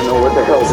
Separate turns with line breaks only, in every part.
is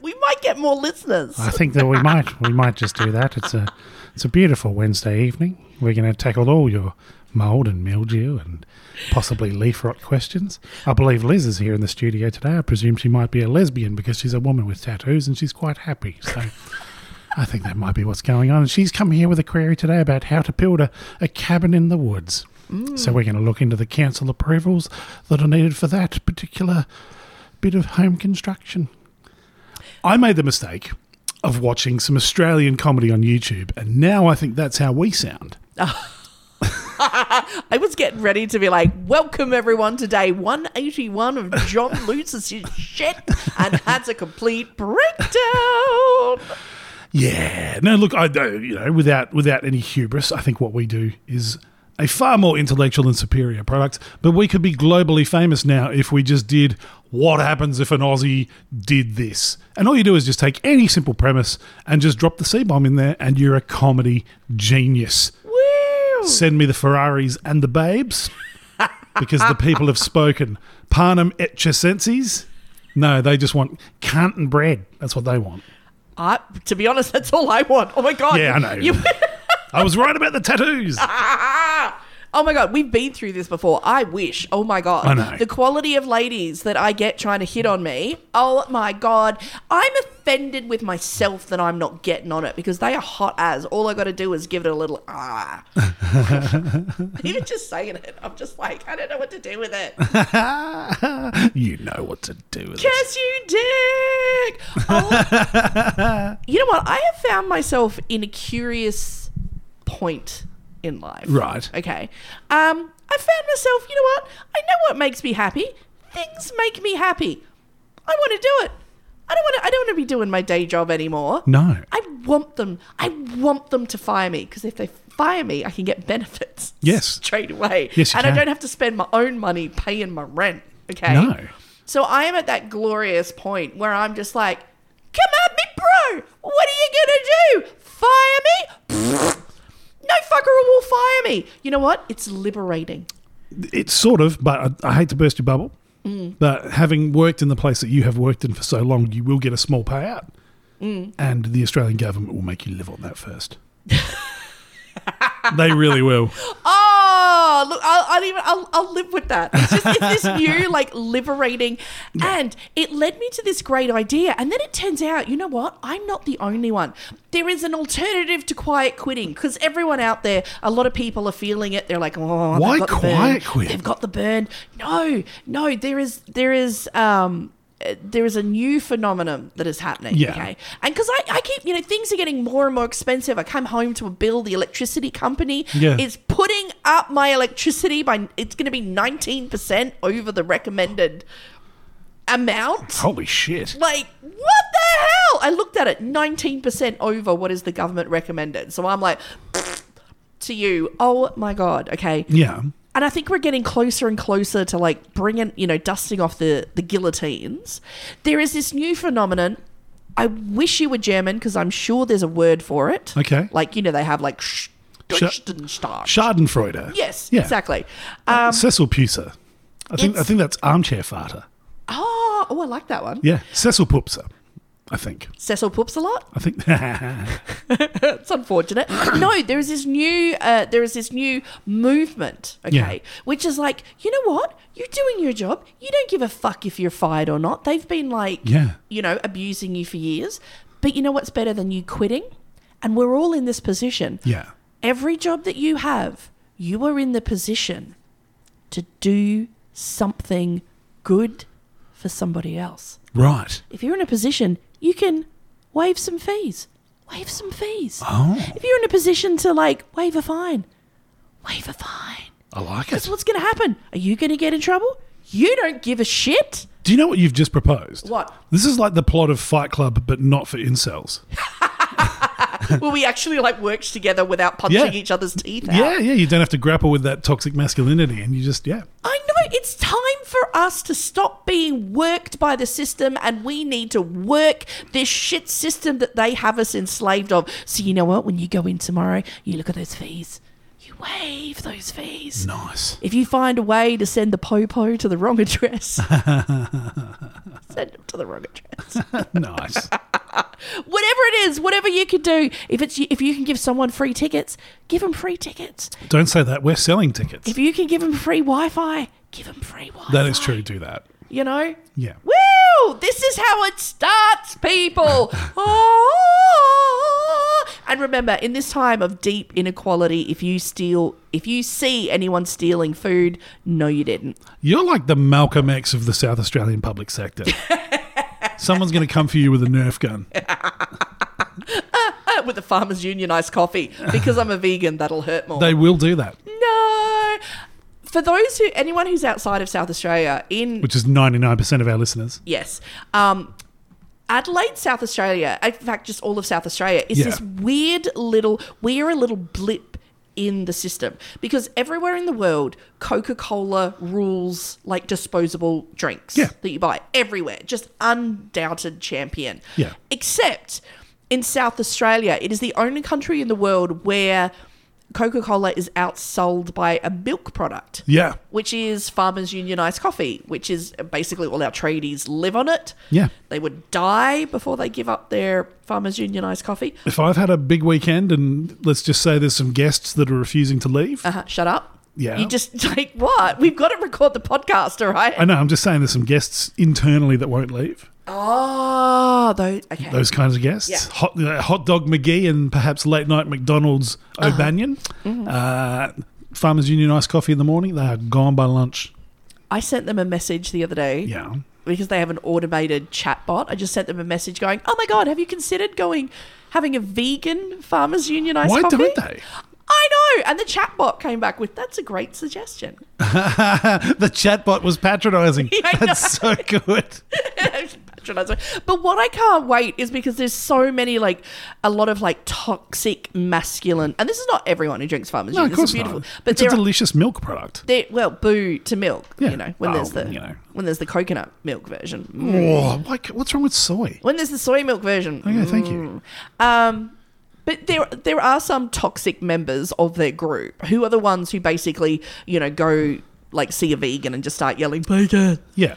We might get more listeners.
I think that we might we might just do that. It's a it's a beautiful Wednesday evening. We're going to tackle all your mold and mildew and possibly leaf rot questions. I believe Liz is here in the studio today. I presume she might be a lesbian because she's a woman with tattoos and she's quite happy. So I think that might be what's going on. And she's come here with a query today about how to build a, a cabin in the woods. So we're going to look into the council approvals that are needed for that particular bit of home construction. I made the mistake of watching some Australian comedy on YouTube, and now I think that's how we sound.
I was getting ready to be like, welcome everyone to day 181 of John Luce's shit, and that's a complete breakdown.
Yeah. No, look, I do, you know, without without any hubris, I think what we do is a far more intellectual and superior product, but we could be globally famous now if we just did what happens if an Aussie did this. And all you do is just take any simple premise and just drop the C bomb in there and you're a comedy genius.
Woo!
Send me the Ferraris and the babes because the people have spoken. Parnum et Chesensis? No, they just want cant and bread. That's what they want.
I, to be honest, that's all I want. Oh my God.
Yeah, I know.
You-
I was right about the tattoos.
Oh my god, we've been through this before. I wish. Oh my god.
I know.
The quality of ladies that I get trying to hit on me. Oh my god. I'm offended with myself that I'm not getting on it because they are hot as. All I got to do is give it a little ah. Even just saying it, I'm just like, I don't know what to do with it.
you know what to do with it.
Yes, you dick. Oh, you know what? I have found myself in a curious point in life.
Right.
Okay. Um, I found myself, you know what? I know what makes me happy. Things make me happy. I want to do it. I don't want to I don't want to be doing my day job anymore.
No.
I want them. I want them to fire me because if they fire me, I can get benefits.
Yes.
Straight away.
Yes, you
and I
can.
don't have to spend my own money paying my rent. Okay.
No.
So I am at that glorious point where I'm just like, come at me, bro. What are you going to do? Fire me? No fucker will fire me. You know what? It's liberating.
It's sort of, but I, I hate to burst your bubble.
Mm.
But having worked in the place that you have worked in for so long, you will get a small payout.
Mm.
And the Australian government will make you live on that first. they really will.
Oh, look, I'll, I'll even I'll, I'll live with that. It's just it's this new like liberating, and it led me to this great idea. And then it turns out, you know what? I'm not the only one. There is an alternative to quiet quitting because everyone out there, a lot of people are feeling it. They're like, oh,
Why
they've got the burn.
quiet quit?
They've got the burn. No, no, there is there is um. uh, There is a new phenomenon that is happening.
Yeah.
Okay. And because I, I keep, you know, things are getting more and more expensive. I come home to a bill. The electricity company
Yeah.
is putting up my electricity by it's going to be 19% over the recommended amount.
Holy shit.
Like, what the hell? I looked at it 19% over what is the government recommended. So I'm like, to you, oh my God, okay.
Yeah.
And I think we're getting closer and closer to like bringing, you know, dusting off the, the guillotines. There is this new phenomenon. I wish you were German because I'm sure there's a word for it.
Okay.
Like, you know, they have like, sh- Deutschenstaat.
Schadenfreude.
Yes,
Yeah.
exactly. Um,
Cecil Puser. I think, I
It's-
think that's armchair farter.
oh, oh, I like that one.
Yeah. Cecil Pupser. I think.
Cecil poops a lot.
I think.
That's unfortunate. no, there is this new, uh, there is this new movement. Okay,
Yeah.
which is like, you know what? You're doing your job. You don't give a fuck if you're fired or not. They've been like,
Yeah.
you know, abusing you for years. But you know what's better than you quitting? And we're all in this position.
yeah.
Every job that you have, you are in the position to do something good for somebody else.
Right.
if you're in a position, you can waive some fees. Waive some fees.
Oh.
If you're in a position to like waive a fine, waive a fine.
I like it.
So what's going to happen? Are you going to get in trouble? You don't give a shit.
Do you know what you've just proposed?
What?
This is like the plot of Fight Club, but not for incels.
Will we actually like work together without punching
Yeah.
each other's teeth out?
Yeah, yeah. You don't have to grapple with that toxic masculinity, and you just yeah.
I know it's time for us to stop being worked by the system and we need to work this shit system that they have us enslaved of. So you know what? When you go in tomorrow, you look at those fees. You waive those fees.
Nice.
If you find a way to send the popo to the wrong address, send them to the wrong address.
nice.
Whatever it is, whatever you can do, if it's if you can give someone free tickets, give them free tickets.
Don't say that. We're selling tickets.
If you can give them free Wi-Fi, give them free Wi-Fi.
that is true. Do that.
You know,
Yeah.
Woo! This is how it starts, people. oh. And remember, in this time of deep inequality, if you steal, if you see anyone stealing food, no, you didn't.
You're like the Malcolm X of the South Australian public sector. Someone's going to come for you with a Nerf gun.
Uh, With the farmers' union iced coffee, because I'm a vegan, that'll hurt more.
They will do that,
no. For those who, anyone who's outside of South Australia, in
which is 99% of our listeners.
yes. Um, Adelaide, South Australia, uh, in fact, just all of South Australia, is
Yeah.
this weird little, we're a little blip in the system because everywhere in the world, Coca Cola rules like disposable drinks
Yeah.
that you buy everywhere, just undoubted champion.
Yeah.
Except in South Australia, it is the only country in the world where Coca Cola is outsold by a milk product
Yeah.
which is Farmers Union iced coffee, which is basically all our tradies live on it.
Yeah.
They would die before they give up their Farmers Union iced coffee.
If I've had a big weekend and let's just say there's some guests that are refusing to leave.
Uh, shut up.
Yeah.
You just like, what? We've got to record the podcast, all right?
I know, I'm just saying there's some guests internally that won't leave.
oh, those. Okay.
Those kinds of guests.
Yeah.
Hot, uh, hot Dog McGee and perhaps late night McDonald's
Uh-huh.
O'Banion.
Mm-hmm.
Uh, Farmers Union iced coffee in the morning. They are gone by lunch.
I sent them a message the other day.
Yeah.
because they have an automated chat bot. I just sent them a message going, "Oh my god, have you considered going having a vegan farmers union iced
Why
coffee?"
don't they?
I know. And the chat bot came back with, "That's a great suggestion."
the chatbot was patronizing.
I know.
That's so good.
Patronising. But what I can't wait is because there's so many like a lot of like toxic masculine, and this is not everyone who drinks farmers
No,
union.
of course
this is beautiful,
not.
but
it's a
there are,
delicious milk product.
there, well, boo to milk,
Yeah.
you know, when there's
Oh,
the
you know.
when there's the coconut milk version, Mm.
Oh, why c- what's wrong with soy?
when there's the soy milk version.
Okay, thank you.
Um, but there there are some toxic members of their group who are the ones who basically you know go like see a vegan and just start yelling vegan,
Yeah.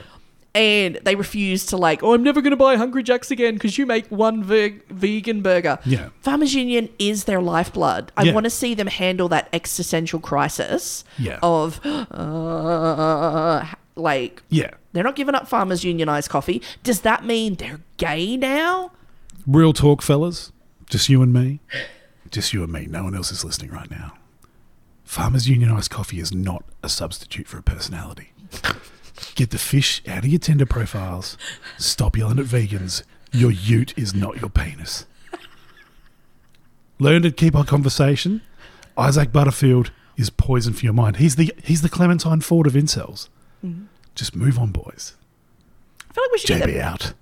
and they refuse to like oh I'm never going to buy Hungry Jack's again because you make one ve- vegan burger.
Yeah.
Farmers Union is their lifeblood. I
Yeah.
want to see them handle that existential crisis
Yeah.
of uh, like
Yeah.
they're not giving up Farmers Unionized coffee. Does that mean they're gay now?
Real talk, fellas. Just you and me. Just you and me. No one else is listening right now. Farmers Union iced coffee is not a substitute for a personality. Get the fish out of your Tinder profiles. Stop yelling at vegans. Your ute is not your penis. Learn to keep our conversation. Isaac Butterfield is poison for your mind. He's the he's the Clementine Ford of incels. Just move on, boys.
I feel like we should Mm-hmm. get that
JB out.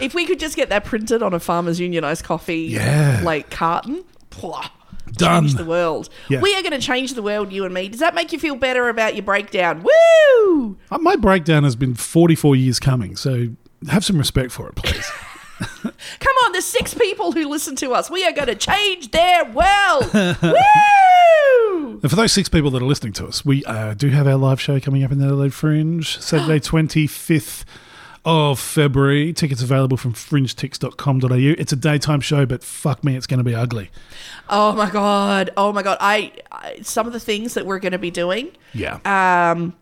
If we could just get that printed on a Farmers Unionized coffee,
Yeah.
like carton, pwah,
Done.
change the world.
Yeah.
We are going to change the world, you and me. Does that make you feel better about your breakdown? Woo!
Uh, My breakdown has been 44 years coming, so have some respect for it, please.
Come on, there's six people who listen to us. We are going to change their world. Woo!
and for those six people that are listening to us, we uh, do have our live show coming up in the Adelaide Fringe, Saturday 25th of February. Tickets available from fringetix.com.au. It's a daytime show, but fuck me, it's going to be ugly.
Oh my god! Oh my god! I, I some of the things that we're going to be doing.
Yeah.
Um,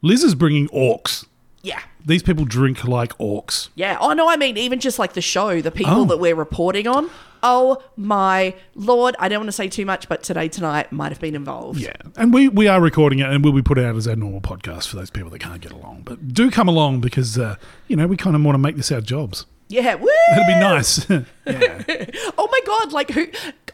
Liz is bringing orcs.
yeah.
These people drink like orcs.
Yeah. Oh no, I mean even just like the show, the people
Oh.
that we're reporting on. Oh my lord! I don't want to say too much, but today tonight might have been involved.
Yeah. And we, we are recording it and we'll be putting it out as our normal podcast for those people that can't get along. But do come along because, uh, you know, we kind of want to make this our jobs.
Yeah. Woo!
That'd be nice. yeah.
Oh my god! Like who?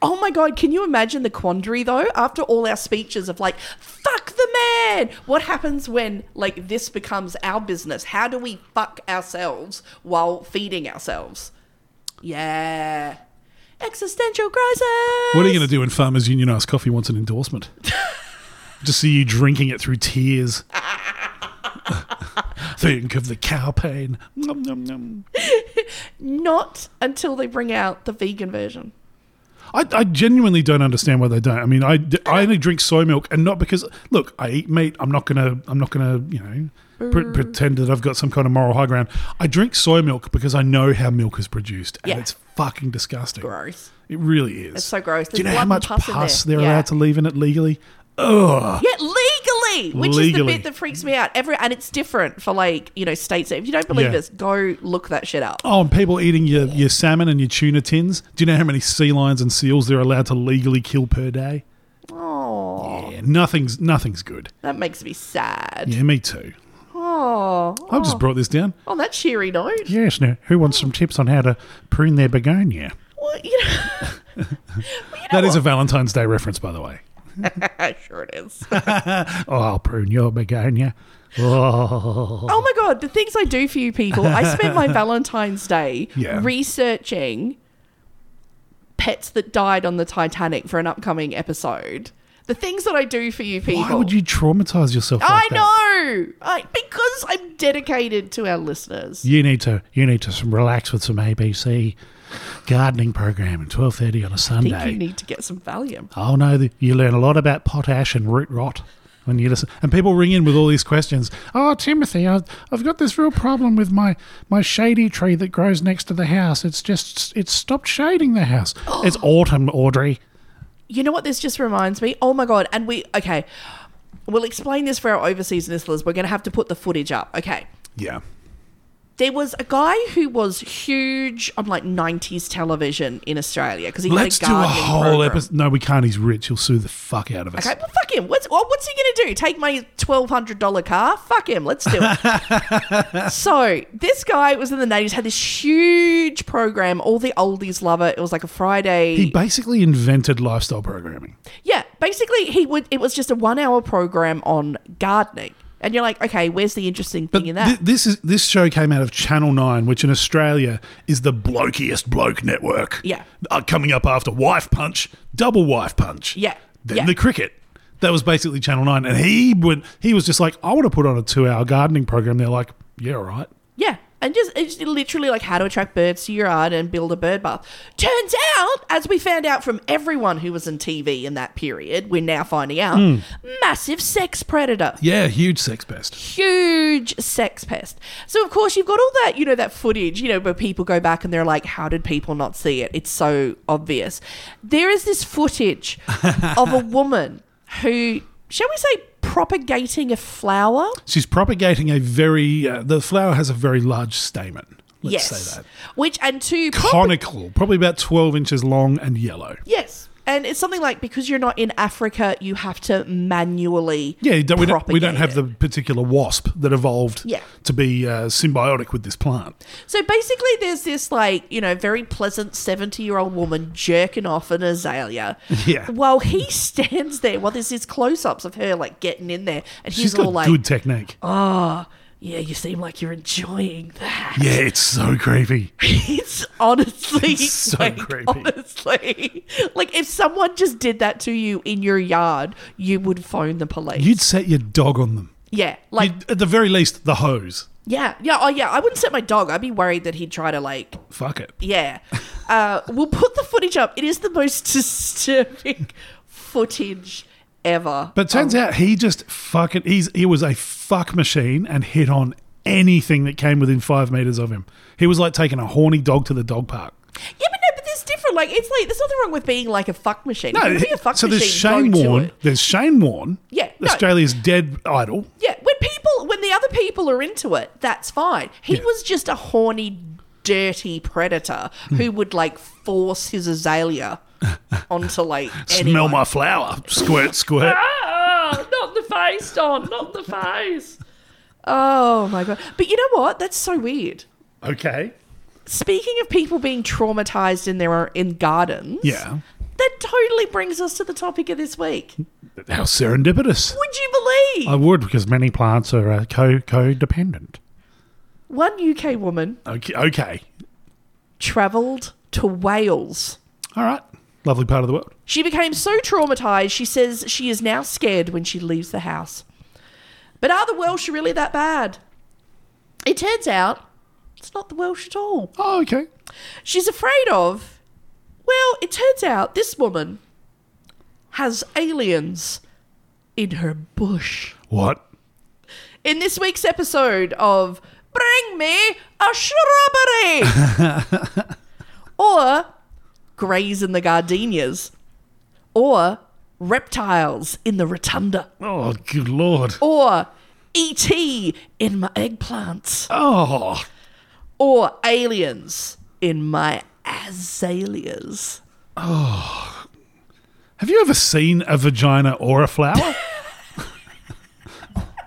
Oh my god! Can you imagine the quandary though? After all our speeches of like, fuck the man, what happens when like this becomes our business? How do we fuck ourselves while feeding ourselves? Yeah. Existential crisis.
What are you going to do when Farmers Unionized Coffee wants an endorsement? Just see you drinking it through tears. Think of the cow pain. Nom, nom, nom.
Not until they bring out the vegan version.
I, I genuinely don't understand why they don't. I mean, I, I only drink soy milk, and not because look, I eat meat. I'm not gonna I'm not gonna you know pre- pretend that I've got some kind of moral high ground. I drink soy milk because I know how milk is produced, and
Yeah.
it's fucking disgusting.
Gross.
It really is.
It's so gross.
Do you know
There's
how
blood
much
and pus
pus,
in
they're
there. Yeah.
allowed to leave in it legally?
Yet legally, which is the
Ah. Legally.
bit that freaks me out. Every and it's different for like you know states. If you don't believe
Yeah.
us, go look that shit up.
Oh, and people eating your, your salmon and your tuna tins. Do you know how many sea lions and seals they're allowed to legally kill per day?
Oh,
Yeah, nothing's nothing's good.
that makes me sad.
Yeah, me too.
Oh,
I've just brought this down.
on that cheery note.
Yes, now, who wants some tips on how to prune their begonia?
Well, you know,
That is a Valentine's Day reference, by the way.
sure it is.
Oh, I'll prune your begonia. Oh.
Oh my god, the things I do for you people. I spend my Valentine's Day
Yeah.
researching pets that died on the Titanic for an upcoming episode. The things that I do for you people.
Why would you traumatize yourself? Like
I
that?
know. I, because I'm dedicated to our listeners.
You need to you need to some relax with some ABC gardening program at twelve thirty on a
I think
Sunday.
you need to get some Valium.
Oh no, the- you learn a lot about potash and root rot when you listen. And people ring in with all these questions. Oh, Timothy, I've, I've got this real problem with my my shady tree that grows next to the house. It's just it's stopped shading the house. It's autumn, Audrey.
You know what this just reminds me? Oh my god. And we okay. We'll explain this for our overseas listeners. We're gonna have to put the footage up. Okay.
Yeah.
There was a guy who was huge on like 90s television in Australia because he
Let's do
had a
a
gardening
whole
program.
episode. No, we can't. He's rich. He'll sue the fuck out of us.
Okay, well, fuck him. What's well, what's he gonna do? Take my twelve hundred dollar car? Fuck him. Let's do it. so this guy was in the nineties, had this huge program. All the oldies love it. It was like a Friday.
He basically invented lifestyle programming.
yeah, basically he would. It was just a one hour program on gardening, and you're like, okay, where's the interesting thing
But
in that?
thi- this is this show came out of Channel Nine, which in Australia is the blokiest bloke network.
Yeah.
Uh, coming up after Wife Punch, Double Wife Punch.
Yeah,
Then
yeah.
the cricket. That was basically Channel Nine, and he would he was just like, I want to put on a two-hour gardening program. They're like, Yeah, all right.
Yeah. And just it's literally like how to attract birds to your yard and build a bird bath. Turns out, as we found out from everyone who was in TV in that period, we're now finding out,
Hmm.
massive sex predator.
Yeah, huge sex pest.
Huge sex pest. So of course you've got all that, you know, that footage, you know, where people go back and they're like, How did people not see it? It's so obvious. There is this footage of a woman who, shall we say, propagating a flower?
She's propagating a very uh, the flower has a very large stamen. Let's
yes.
say that
Which and to propag-
conical, probably about twelve inches long and yellow.
Yes. And it's something like because you're not in Africa, you have to manually.
Yeah, you don't- we don't, we don't
propagate
have the
it.
particular wasp that evolved
Yeah.
to be uh, symbiotic with this plant.
So basically, there's this like you know very pleasant seventy year old woman jerking off an azalea.
Yeah.
While he stands there, while there's these close ups of her like getting in there, and he's
She's got
all like, Oh.
good technique.
"Yeah, you seem like you're enjoying that."
Yeah, it's so creepy.
It's honestly
It's so
like,
creepy.
Honestly, like if someone just did that to you in your yard, you would phone the police.
You'd set your dog on them.
yeah, like
You'd- at the very least, the hose.
Yeah, yeah, oh yeah. I wouldn't set my dog. I'd be worried that he'd try to like,
Fuck it.
yeah. Uh, we'll put the footage up. It is the most disturbing footage ever.
But turns out he just fucking he's he was a fuck machine and hit on anything that came within five meters of him. He was like taking a horny dog to the dog park.
yeah, but no, but there's different. Like, it's like there's nothing wrong with being like a fuck machine. No, be a fuck
so
machine.
there's Shane
go to
Warne.
it.
There's Shane Warne.
Yeah, no.
Australia's dead idol.
Yeah, when people, when the other people are into it, that's fine. He
Yeah.
was just a horny, dirty predator
Hmm.
who would like force his azalea onto like
Smell
anyone.
my flower. Squirt, squirt.
Ah, not the face, Don, not the face. Oh my god. But you know what? That's so weird.
Okay.
Speaking of people being traumatized in their in gardens,
Yeah.
that totally brings us to the topic of this week.
How serendipitous.
Would you believe?
I would because many plants are uh, co codependent.
One UK woman
Okay. okay.
travelled to Wales.
All right. Lovely part of the world.
She became so traumatized, she says she is now scared when she leaves the house. But are the Welsh really that bad? It turns out it's not the Welsh at all.
Oh, okay.
She's afraid of. Well, it turns out this woman has aliens in her bush.
What?
In this week's episode of Bring Me a Shrubbery or Greys in the Gardenias or Reptiles in the Rotunda
Oh, good lord.
or E.T. in my eggplants
Oh,
or Aliens in my azaleas.
have you ever seen a vagina or a flower?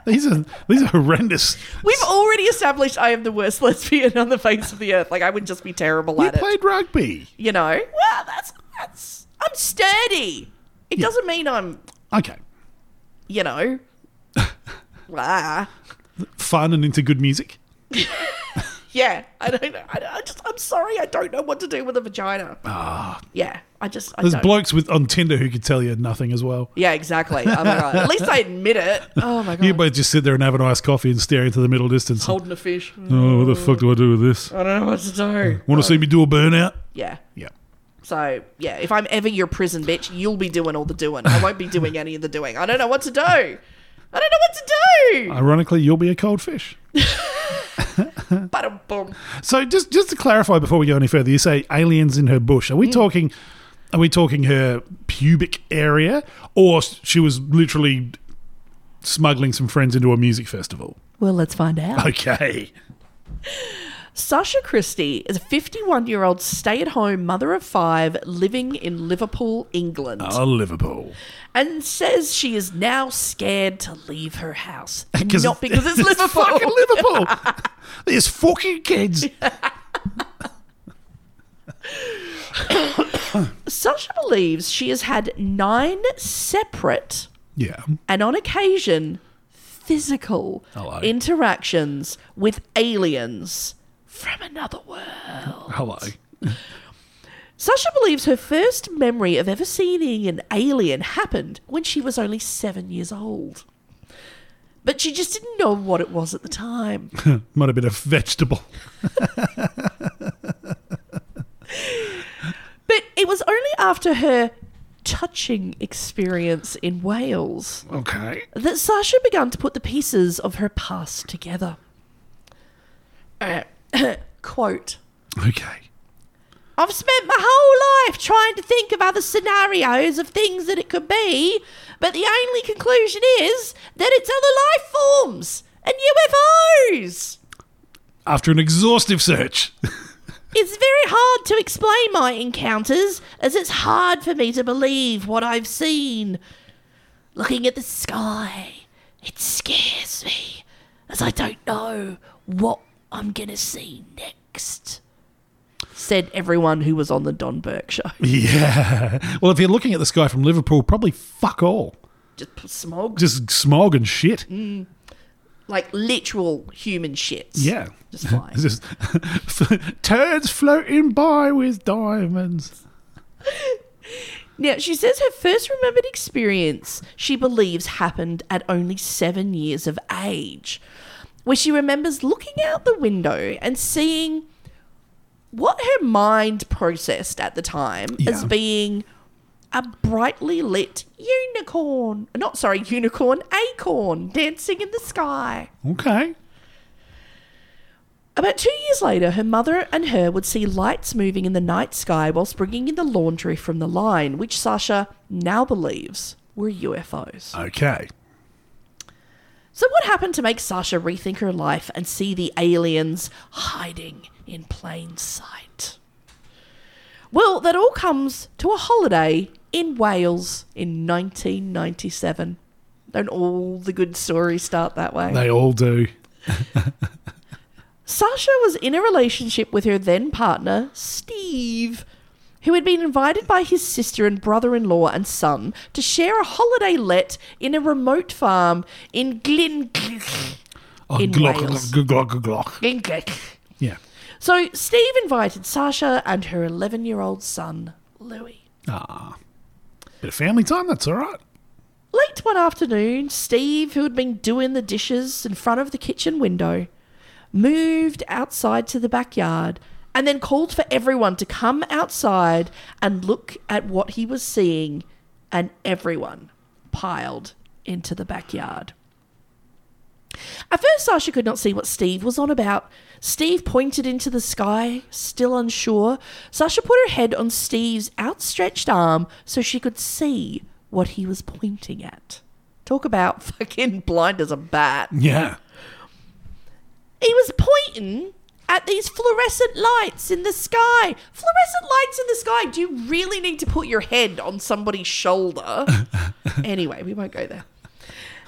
these are these are horrendous.
We've already established I am the worst lesbian on the face of the earth. Like I would just be terrible
You
at it.
played rugby.
You know? Well, that's that's I'm sturdy. It doesn't mean I'm,
Okay.
you know. ah.
Fun and into good music.
Yeah. I don't know. I, I just I'm sorry, I don't know what to do with a vagina. Yeah. I just I
There's
don't.
blokes with on Tinder who could tell you nothing as well.
yeah, exactly. Oh my god. At least I admit it. Oh my god.
You both just sit there and have an iced coffee and stare into the middle distance.
Holding a fish. I
Oh, what the fuck do I do with this?
don't know what to do.
Want to see me do a burnout?
Yeah.
Yeah.
So yeah, if I'm ever your prison bitch, you'll be doing all the doing. I won't be doing any of the doing. I don't know what to do. I don't know what to do.
Ironically, you'll be a cold fish.
But boom.
So just just to clarify before we go any further, you say aliens in her bush. Are we talking? Are we talking her pubic area, or s- she was literally smuggling some friends into a music festival?
Well, let's find out.
Okay.
Sasha Christie is a 51 year old stay at home mother of five living in Liverpool, England,
Oh, Liverpool.
and says she is now scared to leave her house. And
'Cause
Not because it's
fucking
Liverpool.
Liverpool. There's fucking kids.
Sasha believes she has had nine separate
Yeah.
and on occasion physical
Hello.
interactions with aliens from another world.
Hello.
Sasha believes her first memory of ever seeing an alien happened when she was only seven years old. But she just didn't know what it was at the time.
Might have been a vegetable.
But it was only after her touching experience in Wales
Okay.
that Sasha began to put the pieces of her past together. Uh, quote
Okay.
I've spent my whole life trying to think of other scenarios of things that it could be, but the only conclusion is that it's other life forms and UFOs.
After an exhaustive search.
It's very hard to explain my encounters, as it's hard for me to believe what I've seen. Looking at the sky, it scares me, as I don't know what I'm going to see next. Said everyone who was on the Don Burke show.
Yeah. Well, if you're looking at the sky from Liverpool, probably fuck all.
Just p- smog.
Just smog and shit.
Mm. like literal human shits.
Yeah.
Just flying.
It's just turds floating by with diamonds.
now, she says her first remembered experience she believes happened at only seven years of age, where she remembers looking out the window and seeing what her mind processed at the time as
Yeah.
being a brightly lit unicorn. Not sorry, unicorn, acorn dancing in the sky.
Okay.
About two years later, her mother and her would see lights moving in the night sky whilst bringing in the laundry from the line, which Sasha now believes were UFOs.
Okay.
So, what happened to make Sasha rethink her life and see the aliens hiding in plain sight? Well, that all comes to a holiday in Wales in 1997. Don't all the good stories start that way?
They all do.
Sasha was in a relationship with her then partner, Steve, who had been invited by his sister and brother in law and son to share a holiday let in a remote farm in Glyn.
Oh,
In
glock,
Wales.
glock, glock, glock, glock.
Glenglick.
Yeah.
So Steve invited Sasha and her 11 year old son, Louis.
Bit of family time, that's all right.
Late one afternoon, Steve, who had been doing the dishes in front of the kitchen window, moved outside to the backyard and then called for everyone to come outside and look at what he was seeing, and everyone piled into the backyard. At first, Sasha could not see what Steve was on about. Steve pointed into the sky, still unsure. Sasha put her head on Steve's outstretched arm so she could see what he was pointing at. Talk about fucking blind as a bat.
Yeah.
He was pointing at these fluorescent lights in the sky. Fluorescent lights in the sky. Do you really need to put your head on somebody's shoulder? anyway, we won't go there.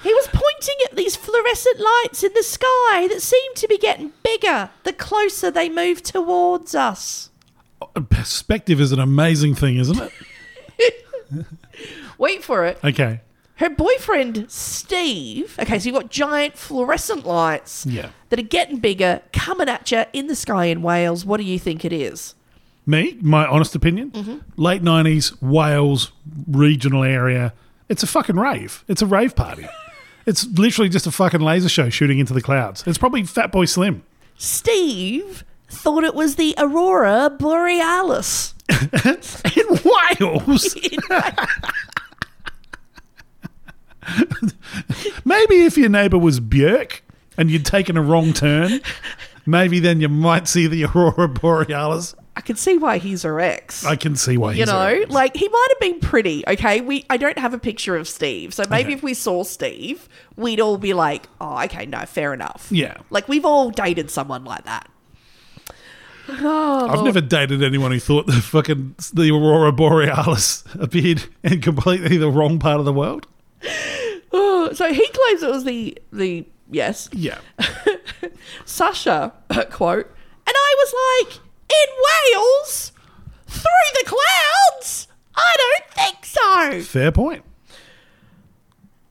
He was pointing at these fluorescent lights in the sky that seemed to be getting bigger the closer they moved towards us.
Perspective is an amazing thing, isn't it?
Wait for it.
Okay.
Her boyfriend, Steve. Okay, so you've got giant fluorescent lights
Yeah.
that are getting bigger, coming at you in the sky in Wales. What do you think it is?
Me, my honest opinion,
Mm-hmm.
late 90s, Wales, regional area. It's a fucking rave. It's a rave party. it's literally just a fucking laser show shooting into the clouds. It's probably Fat Boy Slim.
Steve thought it was the Aurora Borealis.
In Wales? maybe if your neighbour was Björk and you'd taken a wrong turn, maybe then you might see the Aurora Borealis.
I can see why he's her ex.
I can see why
you
he's
know,
a-
like he might have been pretty, okay? We I don't have a picture of Steve. So maybe
Okay.
if we saw Steve, we'd all be like, "Oh, okay, no, fair enough."
Yeah.
Like we've all dated someone like that. Oh,
I've never dated anyone who thought the fucking the aurora borealis appeared in completely the wrong part of the world.
Oh, so he claims it was the the yes,
Yeah,
Sasha uh, quote, and I was like, "In Wales, through the clouds? I don't think so."
fair point.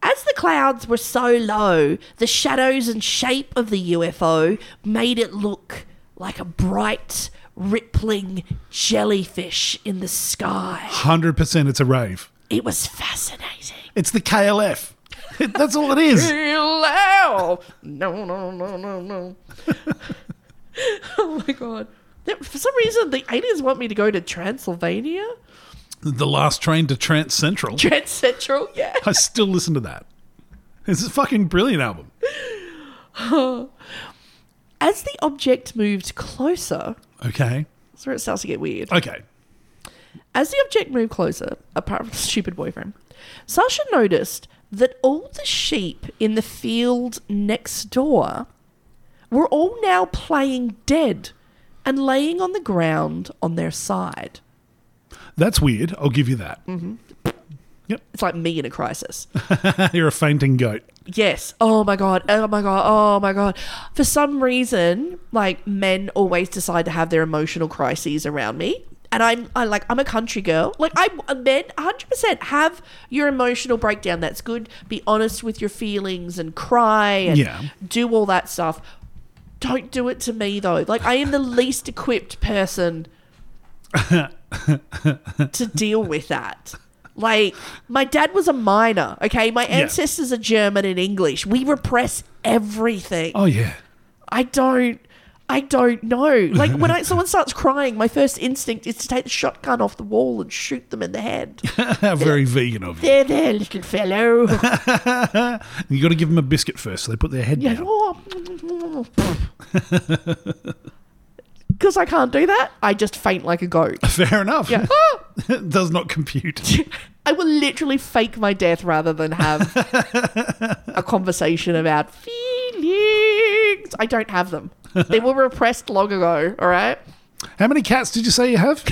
As the clouds were so low, the shadows and shape of the UFO made it look like a bright, rippling jellyfish in the sky.
Hundred percent, it's a rave.
It was fascinating.
It's the KLF. That's all it is.
Hello! No, no, no, no, no. oh my god. That- For some reason, the aliens want me to go to Transylvania?
The last train to Trans Central.
Trans Central? Yeah.
I still listen to that. It's a fucking brilliant album.
As the object moved closer,
Okay.
that's where it starts to get weird.
Okay.
As the object moved closer, apart from the stupid boyfriend, Sasha noticed that all the sheep in the field next door were all now playing dead and laying on the ground on their side.
That's weird. I'll give you that.
Mm-hmm. It's like me in a crisis.
You're a fainting goat.
Yes. Oh my god. Oh my god. Oh my god. For some reason, like men always decide to have their emotional crises around me. And I'm I like I'm a country girl. Like I men 100% have your emotional breakdown. That's good. Be honest with your feelings and cry and
Yeah.
do all that stuff. Don't do it to me though. Like I am the least equipped person to deal with that. Like, my dad was a miner, okay? My ancestors are German and English. We repress everything.
Oh, yeah.
I don't I don't know. Like when I someone starts crying, my first instinct is to take the shotgun off the wall and shoot them in the head.
How very vegan of you.
there there, little fellow.
You got to give them a biscuit first so they put their head
Yeah.
down.
Oh. Cause I can't do that. I just faint like a goat.
Fair enough.
Yeah. Ah!
it does not compute.
I will literally fake my death rather than have a conversation about feelings. I don't have them. They were repressed long ago, all right?
How many cats did you say you have?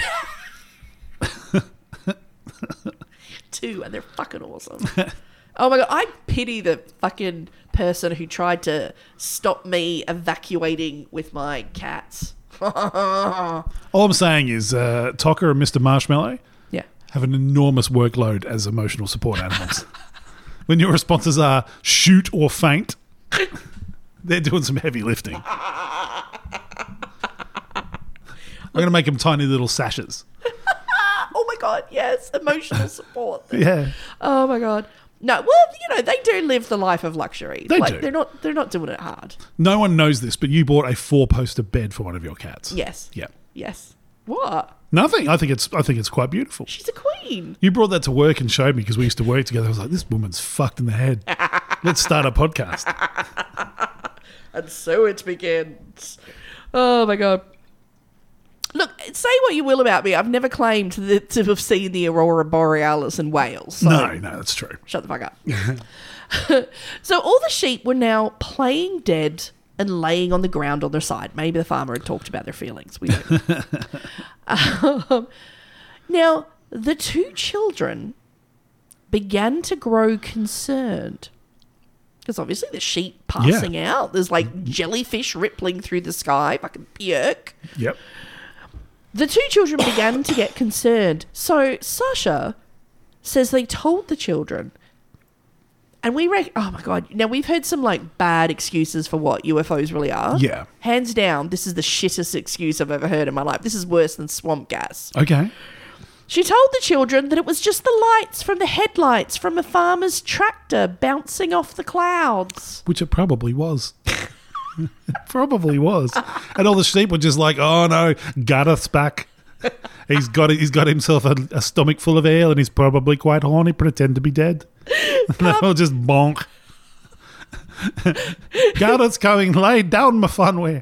Two, and they're fucking awesome. Oh my god, I pity the fucking person who tried to stop me evacuating with my cats.
All I'm saying is, uh, Tucker and Mr. Marshmallow
Yeah.
have an enormous workload as emotional support animals. when your responses are shoot or faint, they're doing some heavy lifting. I'm going to make them tiny little sashes.
Oh my god, yes, emotional support.
Yeah.
Oh my god. No, well, you know, they do live the life of luxury.
They
like
do.
they're not they're not doing it hard.
No one knows this, but you bought a four-poster bed for one of your cats.
Yes.
Yeah.
Yes. What?
Nothing. I think it's. I think it's quite beautiful.
She's a queen.
You brought that to work and showed me because we used to work together. I was like, this woman's fucked in the head. Let's start a podcast.
And so it begins. Oh my god. Look, say what you will about me. I've never claimed to, to have seen the aurora borealis in Wales. So
No, no, that's true.
shut the fuck up. so all the sheep were now playing dead and laying on the ground on their side. Maybe the farmer had talked about their feelings. We don't. know. um, now the two children began to grow concerned because obviously the sheep passing out. There's like jellyfish rippling through the sky, fucking yerk.
Yep.
The two children began to get concerned. So Sasha says they told the children. And we reckon, oh my God. Now we've heard some like bad excuses for what UFOs really are.
Yeah.
Hands down, this is the shittest excuse I've ever heard in my life. This is worse than swamp gas.
Okay.
She told the children that it was just the lights from the headlights from a farmer's tractor bouncing off the clouds.
Which it probably was. probably was. And all the sheep were just like, oh no, Gareth's back. He's got he's got himself a, a stomach full of ale and he's probably quite horny. Pretend to be dead. They'll just bonk. Gareth's coming. Lay down, my funware.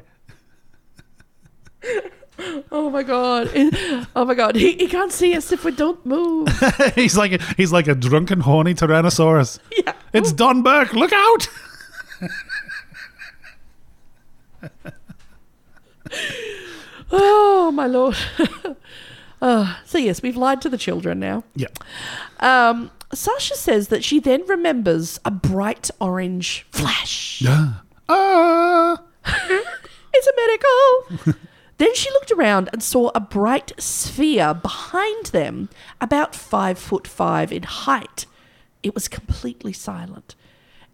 Oh my God. Oh my God. He, he can't see us if we don't move.
he's like a, he's like a drunken, horny tyrannosaurus.
Yeah.
It's Don Burke. Look out!
Oh my lord. Uh, so yes, we've lied to the children now.
Yeah.
Um, Sasha says that she then remembers a bright orange flash.
Ah.
It's a miracle. then she looked around and saw a bright sphere behind them, about five foot five in height. It was completely silent.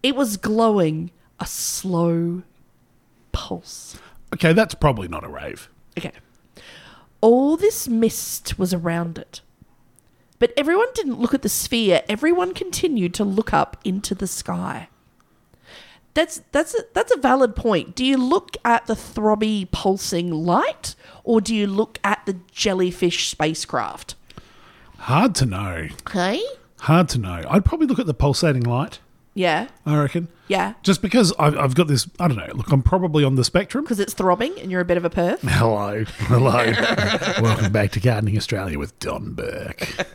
It was glowing a slow pulse.
Okay, that's probably not a rave.
Okay. All this mist was around it. But everyone didn't look at the sphere. Everyone continued to look up into the sky. That's that's a, that's a valid point. Do you look at the throbby pulsing light or do you look at the jellyfish spacecraft?
Hard to know.
Hey?
Hard to know. I'd probably look at the pulsating light.
Yeah.
I reckon.
Yeah.
Just because I've, I've got this, I don't know. Look, I'm probably on the spectrum.
Cuz it's throbbing and you're a bit of a perv.
Hello, hello. Welcome back to Gardening Australia with Don Burke.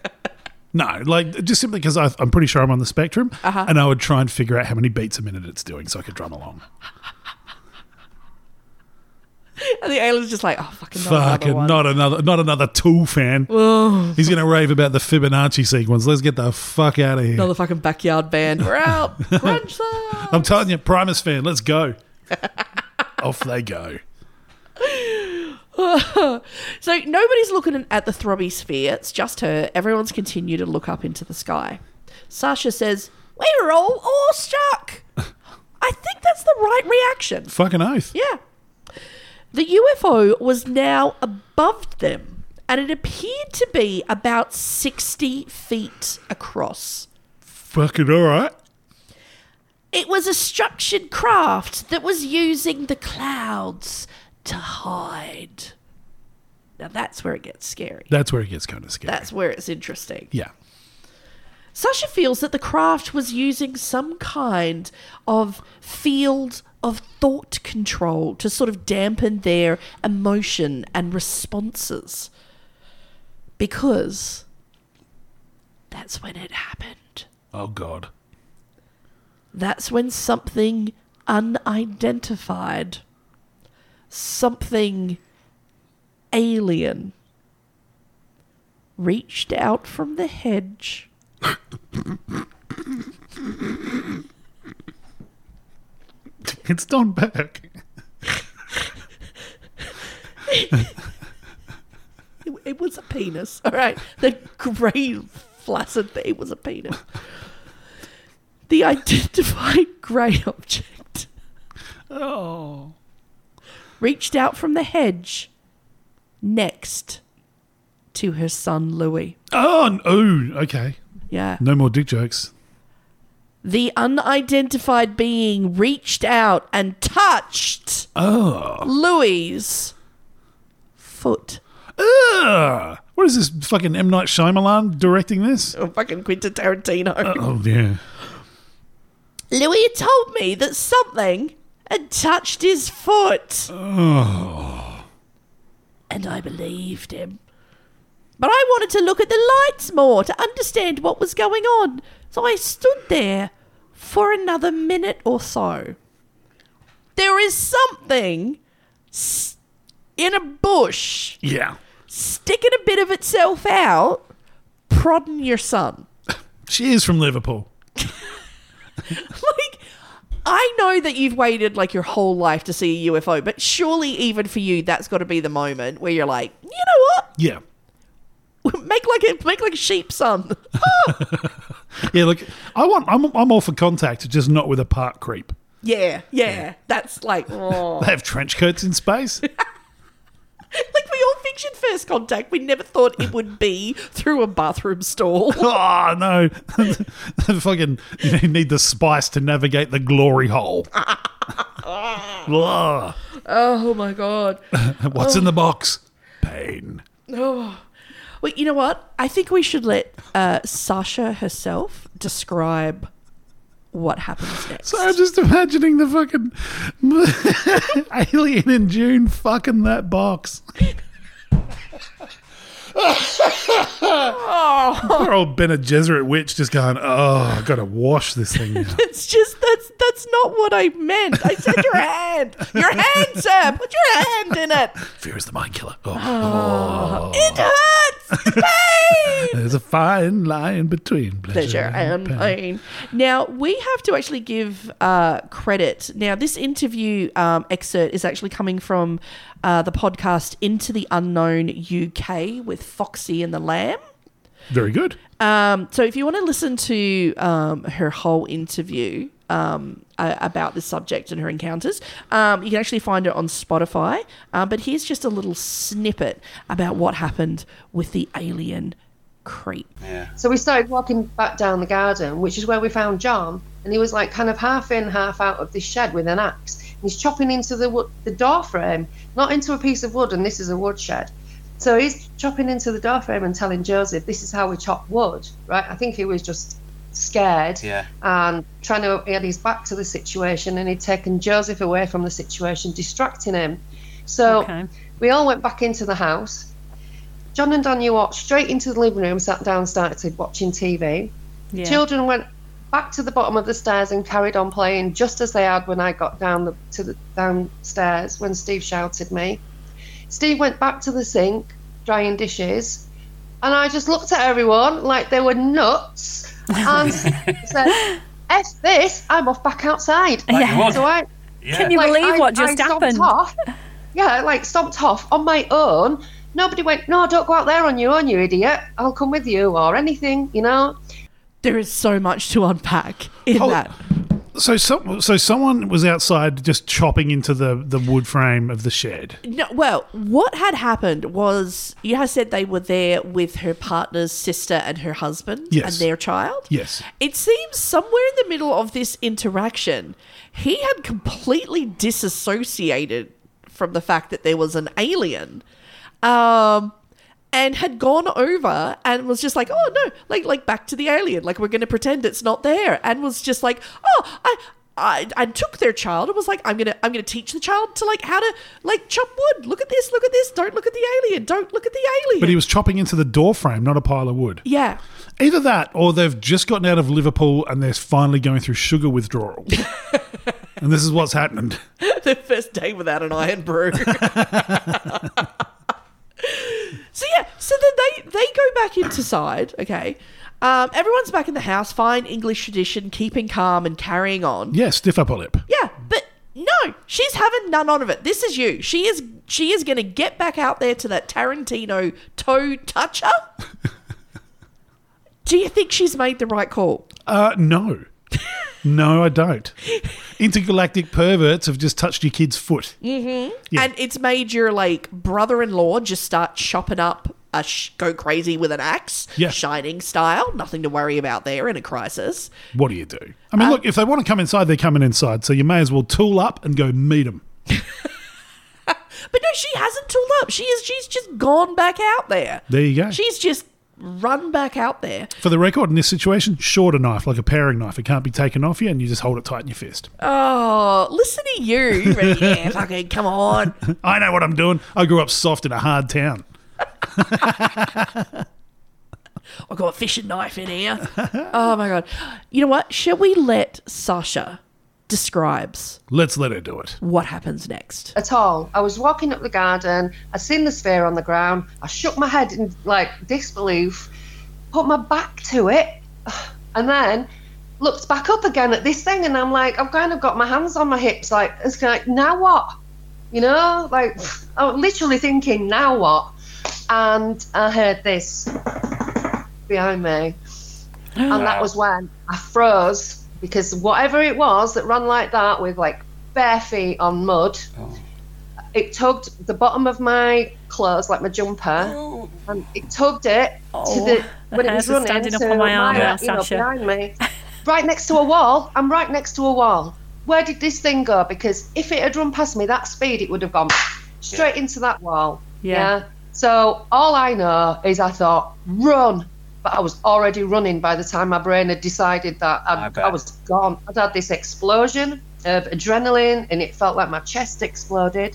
No, like just simply because I'm pretty sure I'm on the spectrum,
Uh-huh.
and I would try and figure out how many beats a minute it's doing so I could drum along.
And the alien's just like, "Oh, fucking not another
Fucking
one."
not another, not another Tool fan. He's gonna rave about the Fibonacci sequence. Let's get the fuck out of here.
Another fucking backyard band. We're out. Grunge song.
I'm telling you, Primus fan, let's go. Off they go.
So nobody's looking at the throbby sphere. It's just her. Everyone's continued to look up into the sky. Sasha says, "We were all awestruck." I think that's the right reaction.
Fucking oath.
Yeah. The UFO was now above them, and it appeared to be about sixty feet across.
Fucking all right.
It was a structured craft that was using the clouds to hide. Now that's where it gets scary.
That's where it gets kind of scary.
That's where it's interesting.
yeah.
Sasha feels that the craft was using some kind of field of thought control to sort of dampen their emotion and responses. Because that's when it happened.
Oh god.
That's when something unidentified, something alien, reached out from the hedge.
It's Don Burke.
It, it was a penis. All right. The grey flaccid thing was a penis. The identified grey object
Oh.
reached out from the hedge next to her son Louis.
Oh, n- oh, okay.
Yeah.
No more dick jokes.
The unidentified being reached out and touched
Oh.
Louis's foot.
Ugh. What is this fucking M Night Shyamalan directing this?
Oh, fucking Quentin Tarantino.
Oh yeah.
Louis told me that something had touched his foot. And I believed him. But I wanted to look at the lights more to understand what was going on. So I stood there for another minute or so. There is something s- in a bush
Yeah.
sticking a bit of itself out, prodding your son.
She is from Liverpool.
like I know that you've waited like your whole life to see a UFO, but surely even for you that's got to be the moment where you're like, "You know
Yeah.
what? Make like a make like a sheep son."
Yeah, look, I want I'm I'm all for contact, just not with a park creep.
yeah, yeah. That's like oh.
They have trench coats in space.
like we all pictured first contact. We never thought it would be through a bathroom stall.
oh no. fucking you need the spice to navigate the glory hole. Blah.
oh my god.
What's in the box? Pain.
Oh. Well, you know what? I think we should let uh, Sasha herself describe what happens next.
So I'm just imagining the fucking alien in June fucking that box. Poor old Bene Gesserit witch just going, oh, i got to wash this thing now.
It's just that's that's not what I meant. I said your hand, your hand, sir. Put your hand in it.
Fear is the mind killer. Oh,
It hurts. It's pain.
there's a fine line between pleasure,
Pleasure and pain. Now we have to actually give uh, credit. Now this interview um, excerpt is actually coming from uh, the podcast Into the Unknown UK with Foxy and the Lamb.
Very good.
Um, so if you want to listen to um, her whole interview um, a- about this subject and her encounters, um, you can actually find it on Spotify. Um, but here's just a little snippet about what happened with the alien creep.
So we started walking back down the garden, which is where we found John, and he was like kind of half in, half out of this shed with an axe. And he's chopping into the wood, the door frame, not into a piece of wood, and this is a wood shed. So he's chopping into the door frame and telling Joseph, "This is how we chop wood," right? I think he was just scared
Yeah.
and trying to he had his back to the situation, and he'd taken Joseph away from the situation, distracting him. So
Okay.
we all went back into the house. John and Daniel walked straight into the living room, sat down, started watching TV.
Yeah.
Children went back to the bottom of the stairs and carried on playing just as they had when I got down the, to the downstairs when Steve shouted me. Steve went back to the sink, drying dishes, and I just looked at everyone like they were nuts and said, F this, I'm off back outside. So I,
Can you believe
I-
what just
I stomped
happened?
Off. Yeah, like stomped off on my own. Nobody went, no, don't go out there on your own, you idiot. I'll come with you or anything, you know.
There is so much to unpack in
Hold-
that.
So, some, so someone was outside just chopping into the, the wood frame of the shed.
No, well, what had happened was you had said they were there with her partner's sister and her husband
Yes.
and their child.
Yes.
It seems somewhere in the middle of this interaction, he had completely disassociated from the fact that there was an alien. Um and had gone over and was just like, oh no, like like back to the alien, like we're gonna pretend it's not there, and was just like, oh, I, I, I took their child and was like, I'm gonna, I'm gonna teach the child to like how to like chop wood. Look at this, look at this. Don't look at the alien. Don't look at the alien.
But he was chopping into the door frame, not a pile of wood.
yeah,
Either that, or they've just gotten out of Liverpool and they're finally going through sugar withdrawal. and this is what's happened.
the first day without an iron brew. so yeah, so then they they go back into side. Okay, um, everyone's back in the house. Fine English tradition, keeping calm and carrying on.
Yeah, stiff upper lip.
Yeah, but no, No, she's having none on of it. This is you. She is she is going to get back out there to that Tarantino toe toucher. Do you think she's made the right call?
Uh, no. No, I don't. Intergalactic perverts have just touched your kid's foot. Yeah.
And it's made your like brother-in-law just start chopping up a sh- go crazy with an axe,
Yeah.
shining style. Nothing to worry about there in a crisis.
What do you do? I mean, look, if they want to come inside, they're coming inside. So you may as well tool up and go meet them.
But no, she hasn't tooled up. She is she's just gone back out there.
There you go.
She's just run back out there.
For the record, in this situation, shorter knife, like a paring knife. It can't be taken off you, and you just hold it tight in your fist.
Oh, listen to you. Ready? yeah, fucking come on.
I know what I'm doing. I grew up soft in a hard town.
I got a fishing knife in here. oh my god. You know what? Shall we let Sasha describes
Let's let her do it.
what happens next?
at all. I was walking up the garden. I seen the sphere on the ground. I shook my head in like disbelief, put my back to it, and then looked back up again at this thing. And I'm like, I've kind of got my hands on my hips. Like it's like now what? You know, like I'm literally thinking now what? And I heard this behind me, and that was when I froze because whatever it was that ran like that with like bare feet on mud it tugged the bottom of my clothes, like my jumper, and it tugged it to the when it was
hairs are
running
standing up
to
on my arm now,
you know,
Sasha.
behind me, right next to a wall. I'm right next to a wall. Where did this thing go? Because if it had run past me that speed, it would have gone straight into that wall.
Yeah.
So all I know is I thought run, but I was already running by the time my brain had decided that
I
I'd,
bet.
I was gone. I'd had this explosion of adrenaline, and it felt like my chest exploded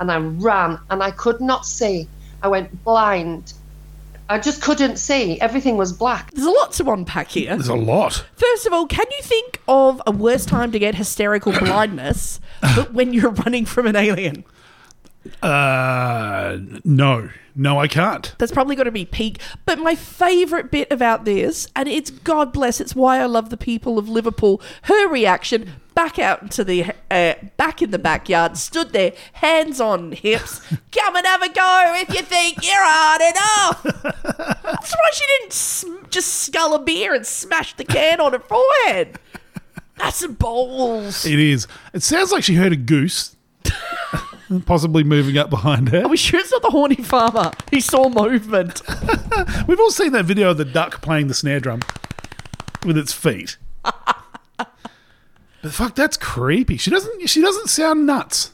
and I ran and I could not see. I went blind. I just couldn't see. Everything was black.
There's a lot to unpack here.
There's a lot.
First of all, can you think of a worse time to get hysterical blindness but when you're running from an alien?
Uh, no, no, I can't.
That's probably got to be peak. But my favourite bit about this, and it's God bless, it's why I love the people of Liverpool. Her reaction back out into the uh, back in the backyard, stood there, hands on hips, come and have a go if you think you're hard enough. I'm surprised she didn't sm- just scull a beer and smash the can on her forehead. That's some balls.
It is. It sounds like she heard a goose, possibly moving up behind her.
Are we sure it's not the horny farmer? He saw movement.
We've all seen that video of the duck playing the snare drum with its feet. but fuck, that's creepy. She doesn't. She doesn't sound nuts.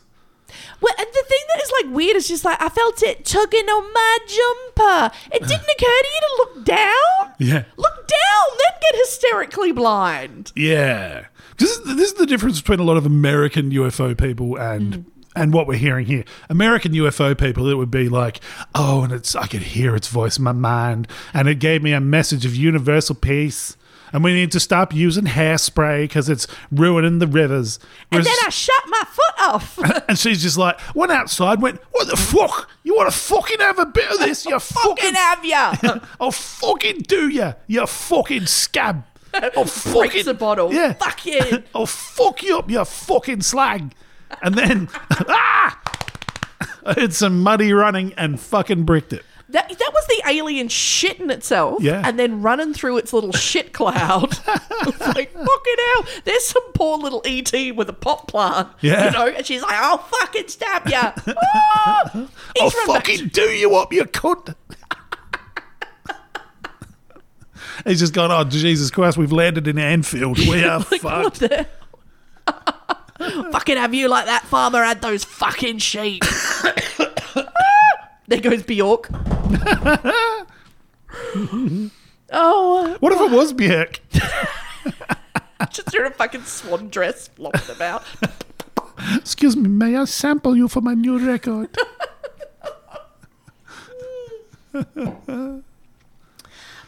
Well, and the thing that is like weird is just like I felt it tugging on my jumper. It didn't occur to you to look down.
Yeah.
Look down, then get hysterically blind.
Yeah. This is, this is the difference between a lot of American UFO people and
Mm.
and what we're hearing here. American UFO people, it would be like, oh, and it's I could hear its voice in my mind, and it gave me a message of universal peace. And we need to stop using hairspray because it's ruining the rivers.
And
Whereas-
then I shut my foot off.
and she's just like, went outside, went, what the fuck? You want to fucking have a bit of this? You fucking,
Fucking have ya.
I'll fucking do ya, you fucking scab. I'll fucking
Breaks the bottle.
Yeah,
Fuck you.
I'll fuck you up, you fucking slag. And then, ah, I heard some muddy running and fucking bricked it.
That, that was the alien shitting itself
Yeah.
and then running through its little shit cloud. It's like, fucking hell, there's some poor little ET with a pot plant.
Yeah.
You know, and she's like, I'll fucking stab ya. Ah!
I'll
He's run back
fucking do you up, you cunt. He's just gone, oh, Jesus Christ, we've landed in Anfield. We
Oh,
are fucked.
fucking have you like that farmer had those fucking sheep. there goes Bjork. oh,
What if it was Björk?
just in a fucking swan dress flopping about.
Excuse me, may I sample you for my new record?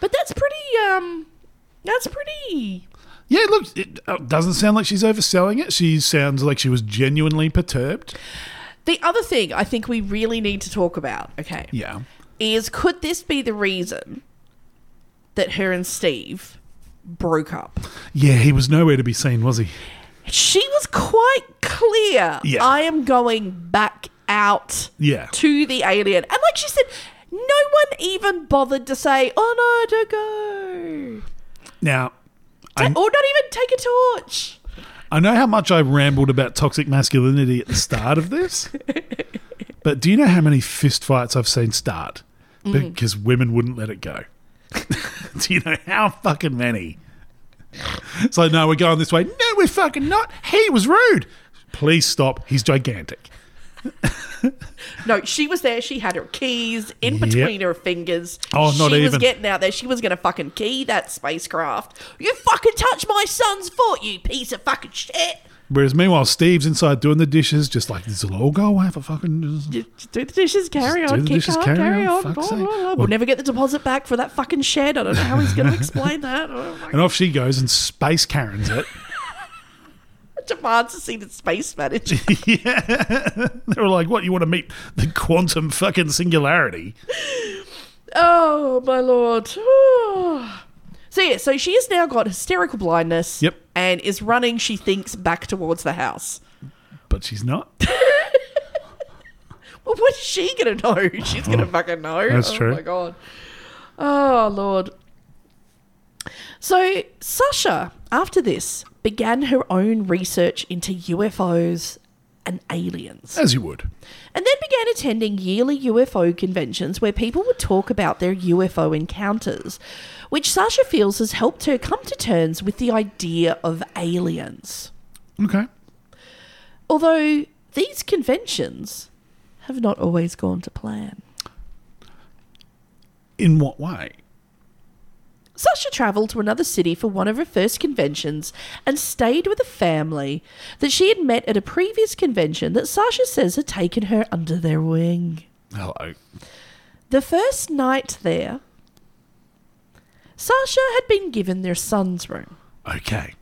But that's pretty. Um, that's pretty.
yeah, look, it uh, doesn't sound like she's overselling it. She sounds like she was genuinely perturbed.
The other thing I think we really need to talk about, okay,
Yeah.
is could this be the reason that her and Steve broke up?
Yeah, he was nowhere to be seen, was he?
She was quite clear
Yeah.
I am going back out
Yeah.
to the alien. And like she said, no one even bothered to say, oh no, don't go.
Now,
Ta-
I'm-
or not even take a torch.
I know how much I rambled about toxic masculinity at the start of this, but do you know how many fist fights I've seen start because women wouldn't let it go? do you know how fucking many? It's like, no, we're going this way. No, we're fucking not. He was rude. Please stop. He's gigantic.
No, she was there. She had her keys in
Yep.
between her fingers.
Oh,
she
not
was
even.
getting out there. She was going to fucking key that spacecraft. You fucking touch my son's foot, you piece of fucking shit.
Whereas meanwhile, Steve's inside doing the dishes, just like this will all go away for fucking.
You just do the dishes, carry
Just
on,
do the
keep
dishes,
going,
carry
carry,
on,
on.
fuck's
blah,
sake.
blah, blah. We'll,
Well-
never get the deposit back for that fucking shed. I don't know how he's going to explain that. Oh, my
And off she goes and space Karen's it.
God, demands to see the space manager.
yeah. they were like, what? You want to meet the quantum fucking singularity?
oh my lord. so yeah, so she has now got hysterical blindness.
Yep.
And is running. She thinks back towards the house.
But she's not.
Well, what's she gonna know? She's gonna fucking know.
Hmm. That's
oh
true.
my god. Oh lord. So Sasha, after this, began her own research into UFOs and aliens,
As you would.
and then began attending yearly UFO conventions where people would talk about their UFO encounters, which Sasha feels has helped her come to terms with the idea of aliens.
Okay.
Although these conventions have not always gone to plan.
In what way?
Sasha travelled to another city for one of her first conventions and stayed with a family that she had met at a previous convention that Sasha says had taken her under their wing.
Hello.
The first night there, Sasha had been given their son's room.
Okay.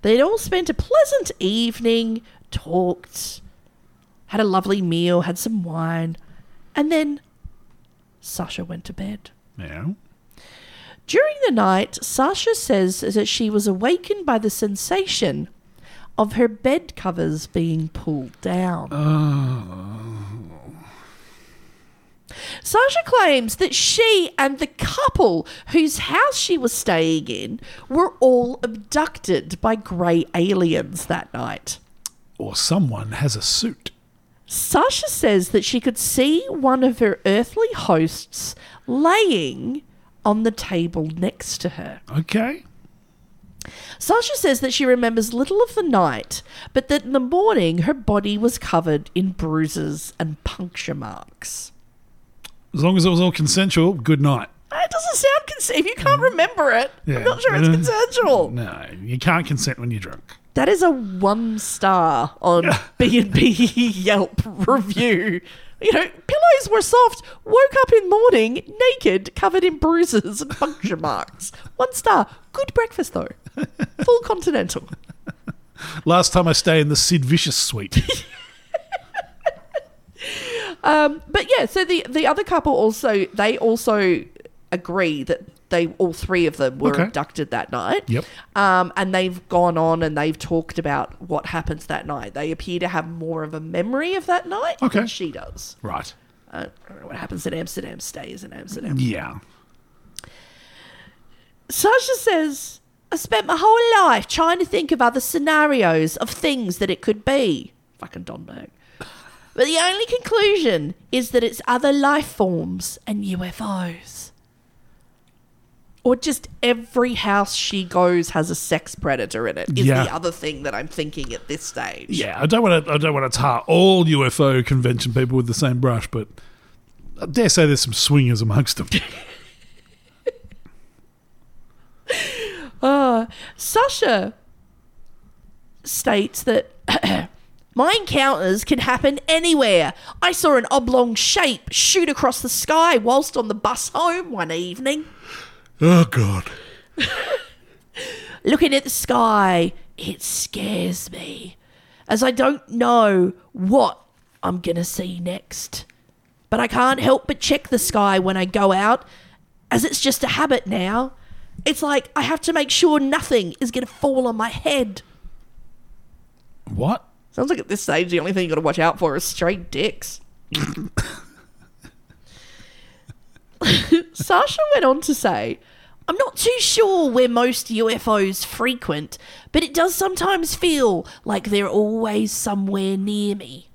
They'd all spent a pleasant evening, talked, had a lovely meal, had some wine, and then Sasha went to bed.
Now.
During the night, Sasha says that she was awakened by the sensation of her bed covers being pulled down. Sasha claims that she and the couple whose house she was staying in were all abducted by grey aliens that night.
Or someone has a suit.
Sasha says that she could see one of her earthly hosts laying on the table next to her.
Okay.
Sasha says that she remembers little of the night, but that in the morning her body was covered in bruises and puncture marks.
As long as it was all consensual, good night.
It doesn't sound consensual. If you can't remember it,
Mm. Yeah.
I'm not sure it's
Uh,
consensual.
No, you can't consent when you're drunk.
That is a one star on B&B Yelp review. You know, pillows were soft, woke up in morning naked, covered in bruises and puncture marks. One star. Good breakfast, though. Full continental.
Last time I stay in the Sid Vicious suite.
But yeah, so the the other couple also they also agree that they all three of them were
Okay.
abducted that night.
Yep.
Um, and they've gone on and they've talked about what happens that night. They appear to have more of a memory of that night
Okay.
than she does.
right.
I don't know what happens in Amsterdam stays in Amsterdam.
Yeah.
Sasha says, I spent my whole life trying to think of other scenarios of things that it could be. Fucking Donberg. But the only conclusion is that it's other life forms and UFOs. Or just every house she goes has a sex predator in it, is
Yeah.
the other thing that I'm thinking at this stage.
Yeah. I don't want to. I don't want to tar all UFO convention people with the same brush, but I dare say there's some swingers amongst them.
Sasha states that my encounters can happen anywhere. I saw an oblong shape shoot across the sky whilst on the bus home one evening.
oh God.
Looking at the sky, it scares me, as I don't know what I'm going to see next. But I can't help but check the sky when I go out, as it's just a habit now. It's like I have to make sure nothing is going to fall on my head.
What?
Sounds like at this stage, the only thing you got to watch out for is stray dicks. Sasha went on to say, I'm not too sure where most UFOs frequent, but it does sometimes feel like they're always somewhere near me.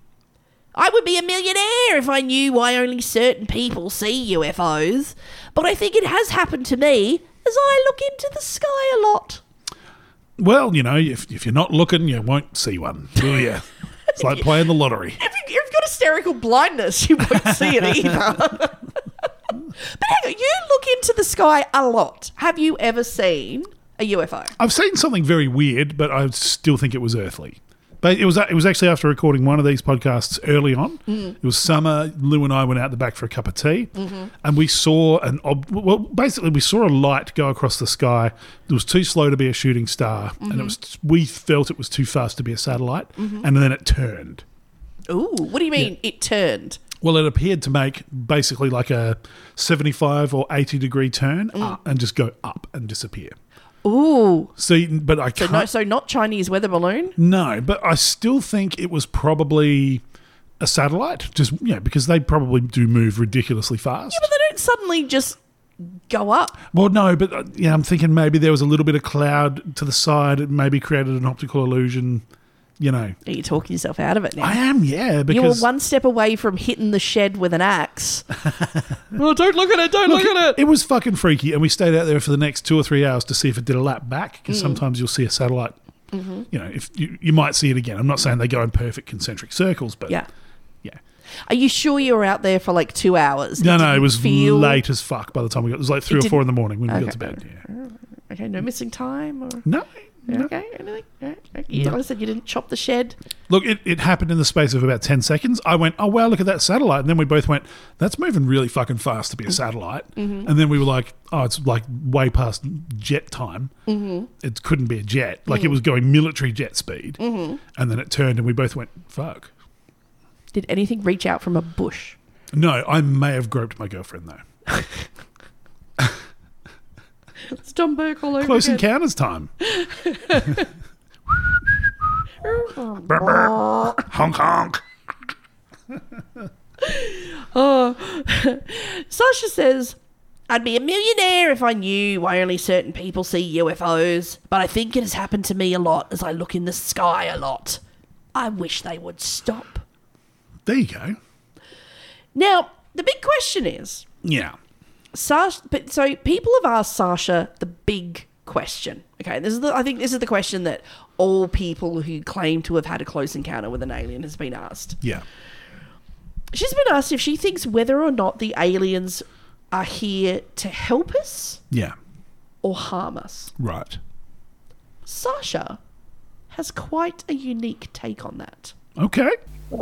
I would be a millionaire if I knew why only certain people see UFOs, but I think it has happened to me as I look into the sky a lot.
Well, you know, if, if you're not looking, you won't see one, will you? It's like playing the lottery.
if you- if you've got hysterical blindness, you won't see it either. but hang on, you look into the sky a lot. Have you ever seen a UFO?
I've seen something very weird, but I still think it was earthly. But it was it was actually after recording one of these podcasts early on.
Mm.
It was summer. Lou and I went out the back for a cup of tea,
Mm-hmm.
and we saw an ob- well, basically we saw a light go across the sky. It was too slow to be a shooting star, and
Mm-hmm.
it was we felt it was too fast to be a satellite, and then it turned.
Ooh, what do you mean it turned?
Well, it appeared to make basically like a seventy-five or eighty degree turn
Mm.
up and just go up and disappear.
Ooh,
See, but I
so
can't.
no, so not Chinese weather balloon.
No, but I still think it was probably a satellite, just you know, because they probably do move ridiculously fast.
But they don't suddenly just go up.
well, no, but uh, yeah, I'm thinking maybe there was a little bit of cloud to the side, it maybe created an optical illusion. You know,
Are you talking yourself out of it now?
I am, yeah,
you were
because
one step away from hitting the shed with an axe. well, don't look at it! Don't look, at it!
it was fucking freaky, and we stayed out there for the next two or three hours to see if it did a lap back.
Mm.
Because sometimes you'll see a satellite.
Mm-hmm.
You know, if you, you might see it again. I'm not saying they go in perfect concentric circles, but
Yeah.
yeah.
Are you sure you were out there for like two hours?
No, no, it
didn't
was
feel-
late as fuck by the time we got. It was like three or
didn't-
four in the morning when we
Okay.
got to bed. Yeah.
Okay, no missing time or
No. no.
okay, anything? Yeah, okay. You- I said you didn't chop the shed.
Look, it, it happened in the space of about 10 seconds. I went, oh, wow, look at that satellite. And then we both went, that's moving really fucking fast to be a satellite. And then we were like, oh, it's like way past jet time. Mm-hmm. It couldn't be a jet. Like it was going military jet speed. Mm-hmm. And then it turned and we both went, fuck.
Did anything reach out from a bush?
No, I may have groped my girlfriend though.
It's Tom Burke all over
Close
again.
encounters time. honk honk.
Sasha says, I'd be a millionaire if I knew why only certain people see UFOs, but I think it has happened to me a lot as I look in the sky a lot. I wish they would stop.
There you go.
Now, the big question is,
Yeah.
Sasha. But so people have asked Sasha the big question. Okay, this is the. I think this is the question that all people who claim to have had a close encounter with an alien has been asked.
Yeah.
She's been asked if she thinks whether or not the aliens are here to help us
Yeah.
or harm us.
Right.
Sasha has quite a unique take on that.
Okay.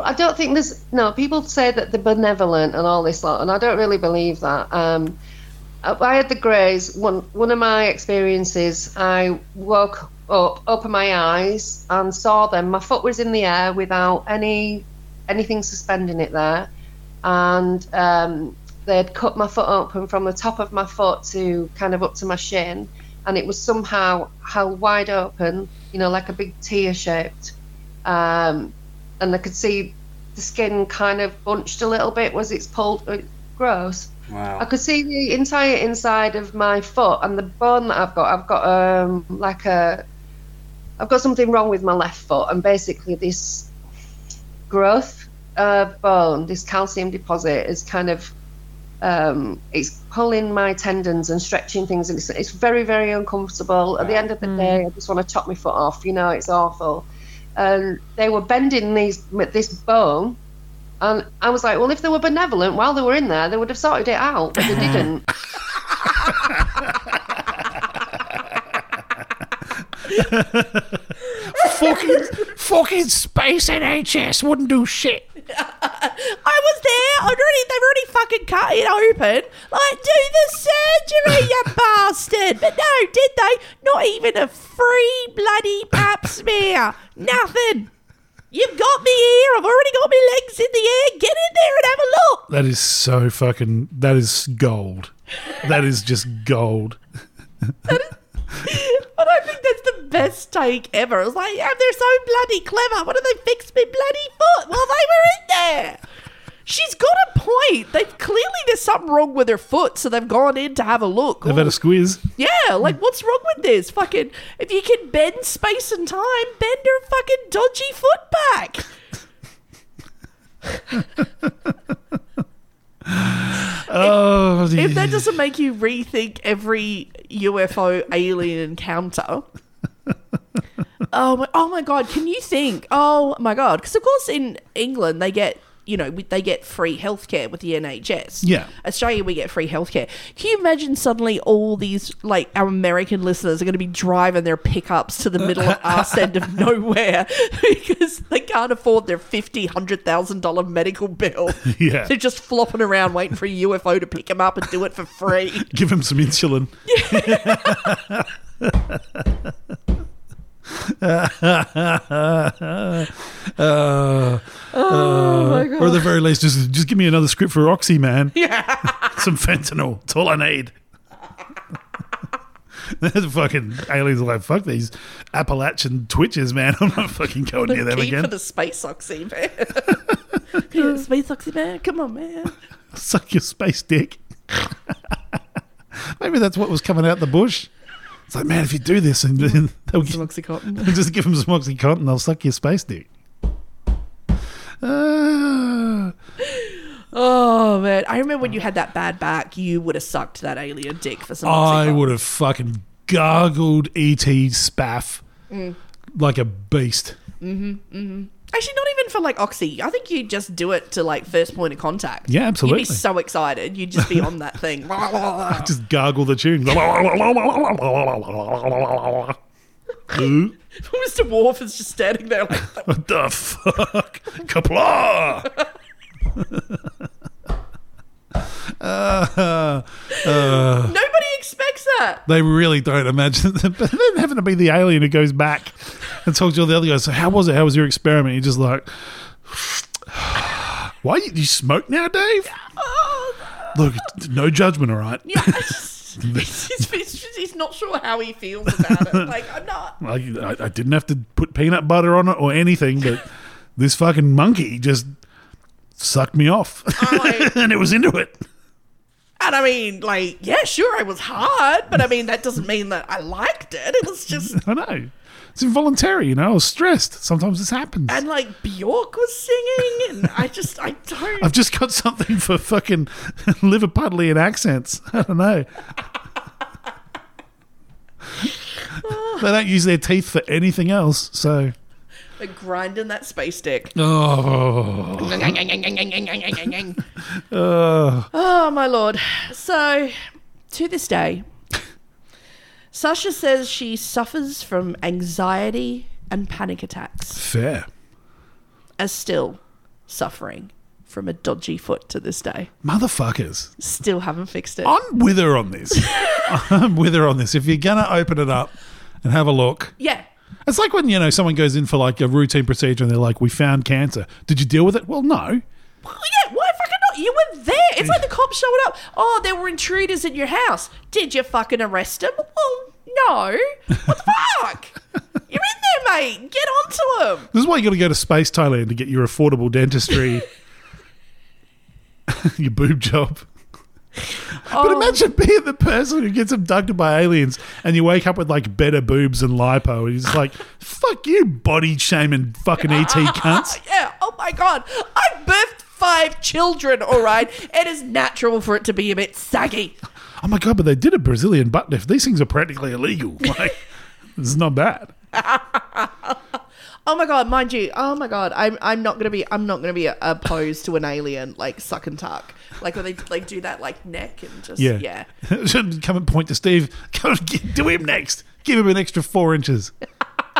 I don't think there's no people say that they're benevolent and all this lot, and I don't really believe that. Um, I I had the greys. One one of my experiences, I woke up, opened my eyes, and saw them. My foot was in the air without any anything suspending it there, and um, they'd cut my foot open from the top of my foot to kind of up to my shin, and it was somehow held wide open, you know, like a big tear shaped. Um, and I could see the skin kind of bunched a little bit was it's pulled. uh, Gross. I could see the entire inside of my foot and the bone that I've got. I've got um like a, I've got something wrong with my left foot and basically this growth of bone, this calcium deposit is kind of, um, it's pulling my tendons and stretching things and it's, it's very very uncomfortable. At the end of the day, I just want to chop my foot off. You know, it's awful and they were bending these this bone. And I was like, well, if they were benevolent while they were in there, they would have sorted it out, but they didn't.
fucking fucking space NHS wouldn't do shit.
I was there. I'd already, they've already fucking cut it open. Like, do the surgery, you bastard. But no, did they? Not even a free bloody pap smear. Nothing. You've got me here. I've already got my legs in the air. Get in there and have a look.
That is so fucking. That is gold. That is just gold.
But I think that's the best take ever. It was like, oh, they're so bloody clever. What do they fix me bloody foot while they were in there? She's got a point. They've clearly there's something wrong with her foot, so they've gone in to have a look.
They've had a squeeze.
Yeah, like what's wrong with this? Fucking if you can bend space and time, bend her fucking dodgy foot back.
Oh,
If that doesn't make you rethink every UFO alien encounter. oh my, oh my god, can you think? Oh my god, cuz of course in England they get you know, we- they get free healthcare with the NHS.
Yeah.
Australia, we get free healthcare. Can you imagine suddenly all these, like, our American listeners are going to be driving their pickups to the middle of arse end of nowhere because they can't afford their $50,000, $100,000 medical bill?
Yeah.
They're just flopping around waiting for a UFO to pick them up and do it for free.
give him some insulin.
Oh,
Uh, or at the very least, just just give me another script for Oxy, man. Yeah, some fentanyl. It's all I need. the fucking aliens are like, fuck these Appalachian twitches, man. I'm not fucking going near them
Key for
again.
the space oxy, man. Yeah, space oxy, man. Come on, man.
Suck your space dick. Maybe that's what was coming out the bush. It's like, man, if you do this, and then they'll get,
Some Oxycontin.
just give them some Oxycontin, they'll suck your space dick. Uh,
Oh, man. I remember when you had that bad back, you would have sucked that alien dick for some
I
Oxycontin.
would have fucking gargled ET spaff
Mm.
like a beast.
Actually, not even for like oxy. I think you just do it to like first point of contact.
Yeah, absolutely.
You'd be so excited. You'd just be on that thing.
Just gargle the tune. what
Mr. Wharf is just standing there like,
the fuck? Kapla! Uh,
nobody expects that.
They really don't imagine them. But then having to be the alien who goes back and talks to all the other guys. So how was it? How was your experiment? You're just like, why you, you smoke now, Dave?
Oh,
Look, no judgment, all right.
Yeah, it's just- it's just- it's just- he's not sure how he feels about it. Like, I'm not.
I, I, I didn't have to put peanut butter on it or anything, but this fucking monkey just sucked me off,
Oh, I-
and it was into it.
And I mean, like, yeah, sure, I was hard, but I mean, that doesn't mean that I liked it. It was just.
I know. It's involuntary, you know. I was stressed. Sometimes this happens.
And like, Bjork was singing, and I just, I don't.
I've just got something for fucking Liverpudlian accents. I don't know. they don't use their teeth for anything else, so.
Like, grinding that space dick.
Oh.
Oh, my lord. So, to this day, Sasha says she suffers from anxiety and panic attacks,
Fair.
as still suffering from a dodgy foot to this day.
Motherfuckers.
Still haven't fixed it.
I'm with her on this. I'm with her on this. If you're going to open it up and have a look,
Yeah.
it's like when, you know, someone goes in for like a routine procedure and they're like, we found cancer. Did you deal with it? Well, no.
Well, yeah, why fucking not? You were there. It's like the cops showed up. Oh, there were intruders in your house. Did you fucking arrest them? Well, no. What the fuck? You're in there, mate. Get onto them.
This is why you got to go to Space Thailand to get your affordable dentistry, your boob job. But imagine being the person who gets abducted by aliens and you wake up with like better boobs and lipo. And he's like, fuck you, body shaming fucking ET cunts.
Yeah. Oh my god. I birthed five children. All right. it is natural for it to be a bit saggy.
Oh my God, but they did a Brazilian butt lift. These things are practically illegal. Like, this is not bad.
Oh my god. Mind you. Oh my god. I'm. I'm not gonna be. I'm not gonna be opposed to an alien like suck and tuck. Like when they like do that like neck and just
Yeah.
yeah.
Should come and point to Steve. Come and get, do him next. Give him an extra four inches.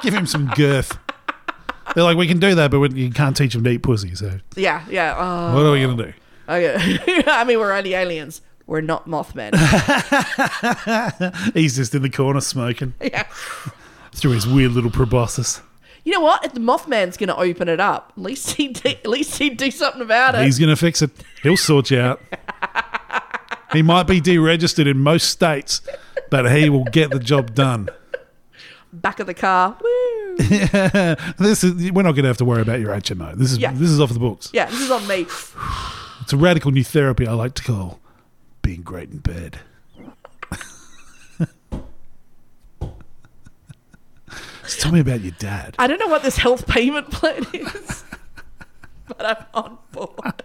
Give him some girth. They're like, we can do that, but we, you can't teach him to eat pussy. So
Yeah. Yeah. Oh.
what are we going to do?
Okay. I mean, we're only aliens. We're not Mothman.
He's just in the corner smoking
yeah.
through his weird little proboscis.
You know what? If the Mothman's going to open it up, at least he do, at least he'd do something about it.
He's going to fix it. He'll sort you out. He might be deregistered in most states, but he will get the job done.
Back of the car. Woo.
this is we're not going to have to worry about your HMO. This is
Yeah.
this is off the books.
Yeah, this is on me.
It's a radical new therapy I like to call being great in bed. so tell me about your dad.
I don't know what this health payment plan is, but I'm on board.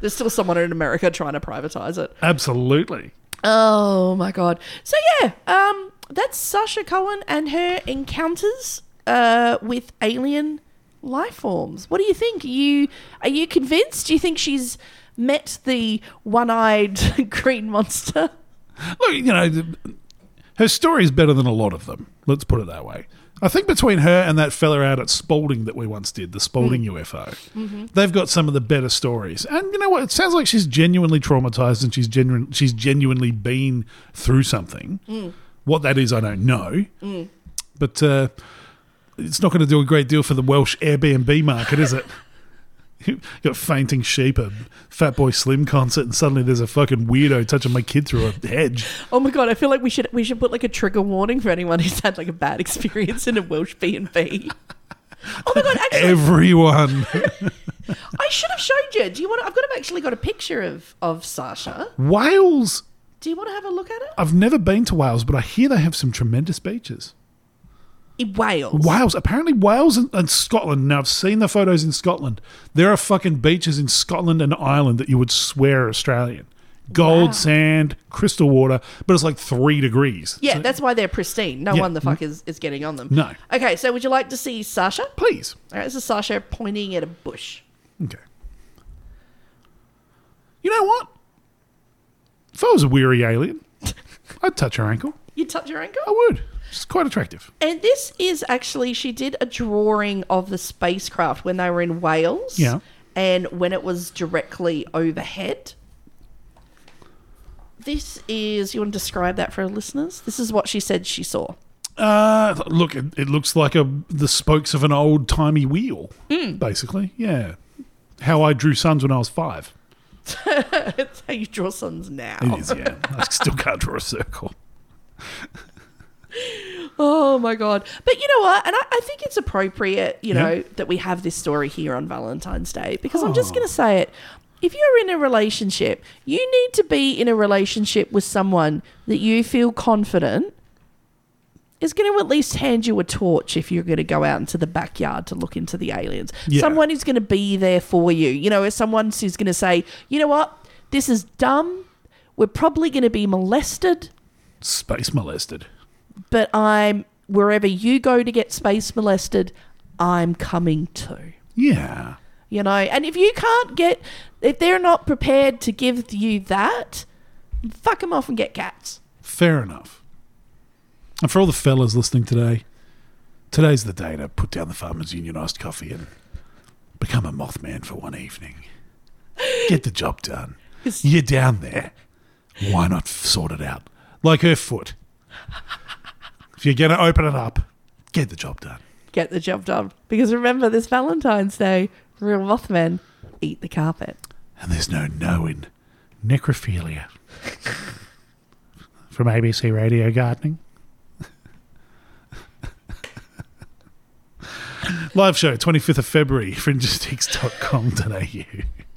There's still someone in America trying to privatize it.
Absolutely.
Oh my god. So yeah, um, that's Sasha Cohen and her encounters uh, with alien life forms. What do you think? Are you are you convinced? Do you think she's met the one-eyed green monster?
Look, you know, th- her story is better than a lot of them. Let's put it that way. I think between her and that fella out at Spalding that we once did, the Spalding UFO, they've got some of the better stories. And you know what? It sounds like she's genuinely traumatized and she's genuine. She's genuinely been through something. What that is, I don't know. But uh, it's not going to do a great deal for the Welsh Airbnb market, is it? You've got fainting sheep, a Fat Boy Slim concert, and suddenly there's a fucking weirdo touching my kid through a hedge.
Oh my god, I feel like we should we should put like a trigger warning for anyone who's had like a bad experience in a Welsh B and B. Oh my god, actually
Everyone.
I should have showed you. Do you want to, I've got I've actually got a picture of of Sasha.
Wales.
Do you want to have a look at it?
I've never been to Wales, but I hear they have some tremendous beaches.
In Wales.
Wales. Apparently, Wales and, and Scotland. Now, I've seen the photos in Scotland. There are fucking beaches in Scotland and Ireland that you would swear are Australian. Gold, sand, crystal water, but it's like three degrees.
Yeah, that's why they're pristine. No
Yeah.
one the fuck is, is getting on them.
No.
Okay, so would you like to see Sasha? All
Please.
right, this is Sasha pointing at a bush.
Okay. You know what? If I was a weary alien, I'd touch her ankle.
You touch your ankle?
I would. She's quite attractive.
And this is actually, she did a drawing of the spacecraft when they were in Wales.
Yeah.
And when it was directly overhead. This is, you want to describe that for our listeners? This is what she said she saw.
Uh, look, it, it looks like a the spokes of an old timey wheel, basically. Yeah, how I drew suns when I was five.
That's how you draw suns now.
It is. Yeah, I still can't draw a circle.
Oh my god! But you know what? And I, I think it's appropriate, you
Yeah.
know, that we have this story here on Valentine's Day because I'm
Oh.
just going to say it. If you're in a relationship, you need to be in a relationship with someone that you feel confident is going to at least hand you a torch if you're going to go out into the backyard to look into the aliens.
Yeah.
Someone who's going to be there for you. You know, as someone who's going to say, you know what, this is dumb. We're probably going to be molested
Space molested.
but I'm wherever you go to get space molested, I'm coming too.
Yeah,
You know, and if you can't get, if they're not prepared to give you that, fuck them off and get cats.
fair enough. And for all the fellas listening today, today's the day to put down the farmers' unionised coffee and become a mothman for one evening. Get the job done. You're down there. Why not sort it out? Like her foot. If you're going to open it up, get the job done.
Get the job done. Because remember, this Valentine's Day, real Mothman eat the carpet.
And there's no no in necrophilia.
From ABC Radio Gardening.
Live show, 25th of February, fringestix.com.au.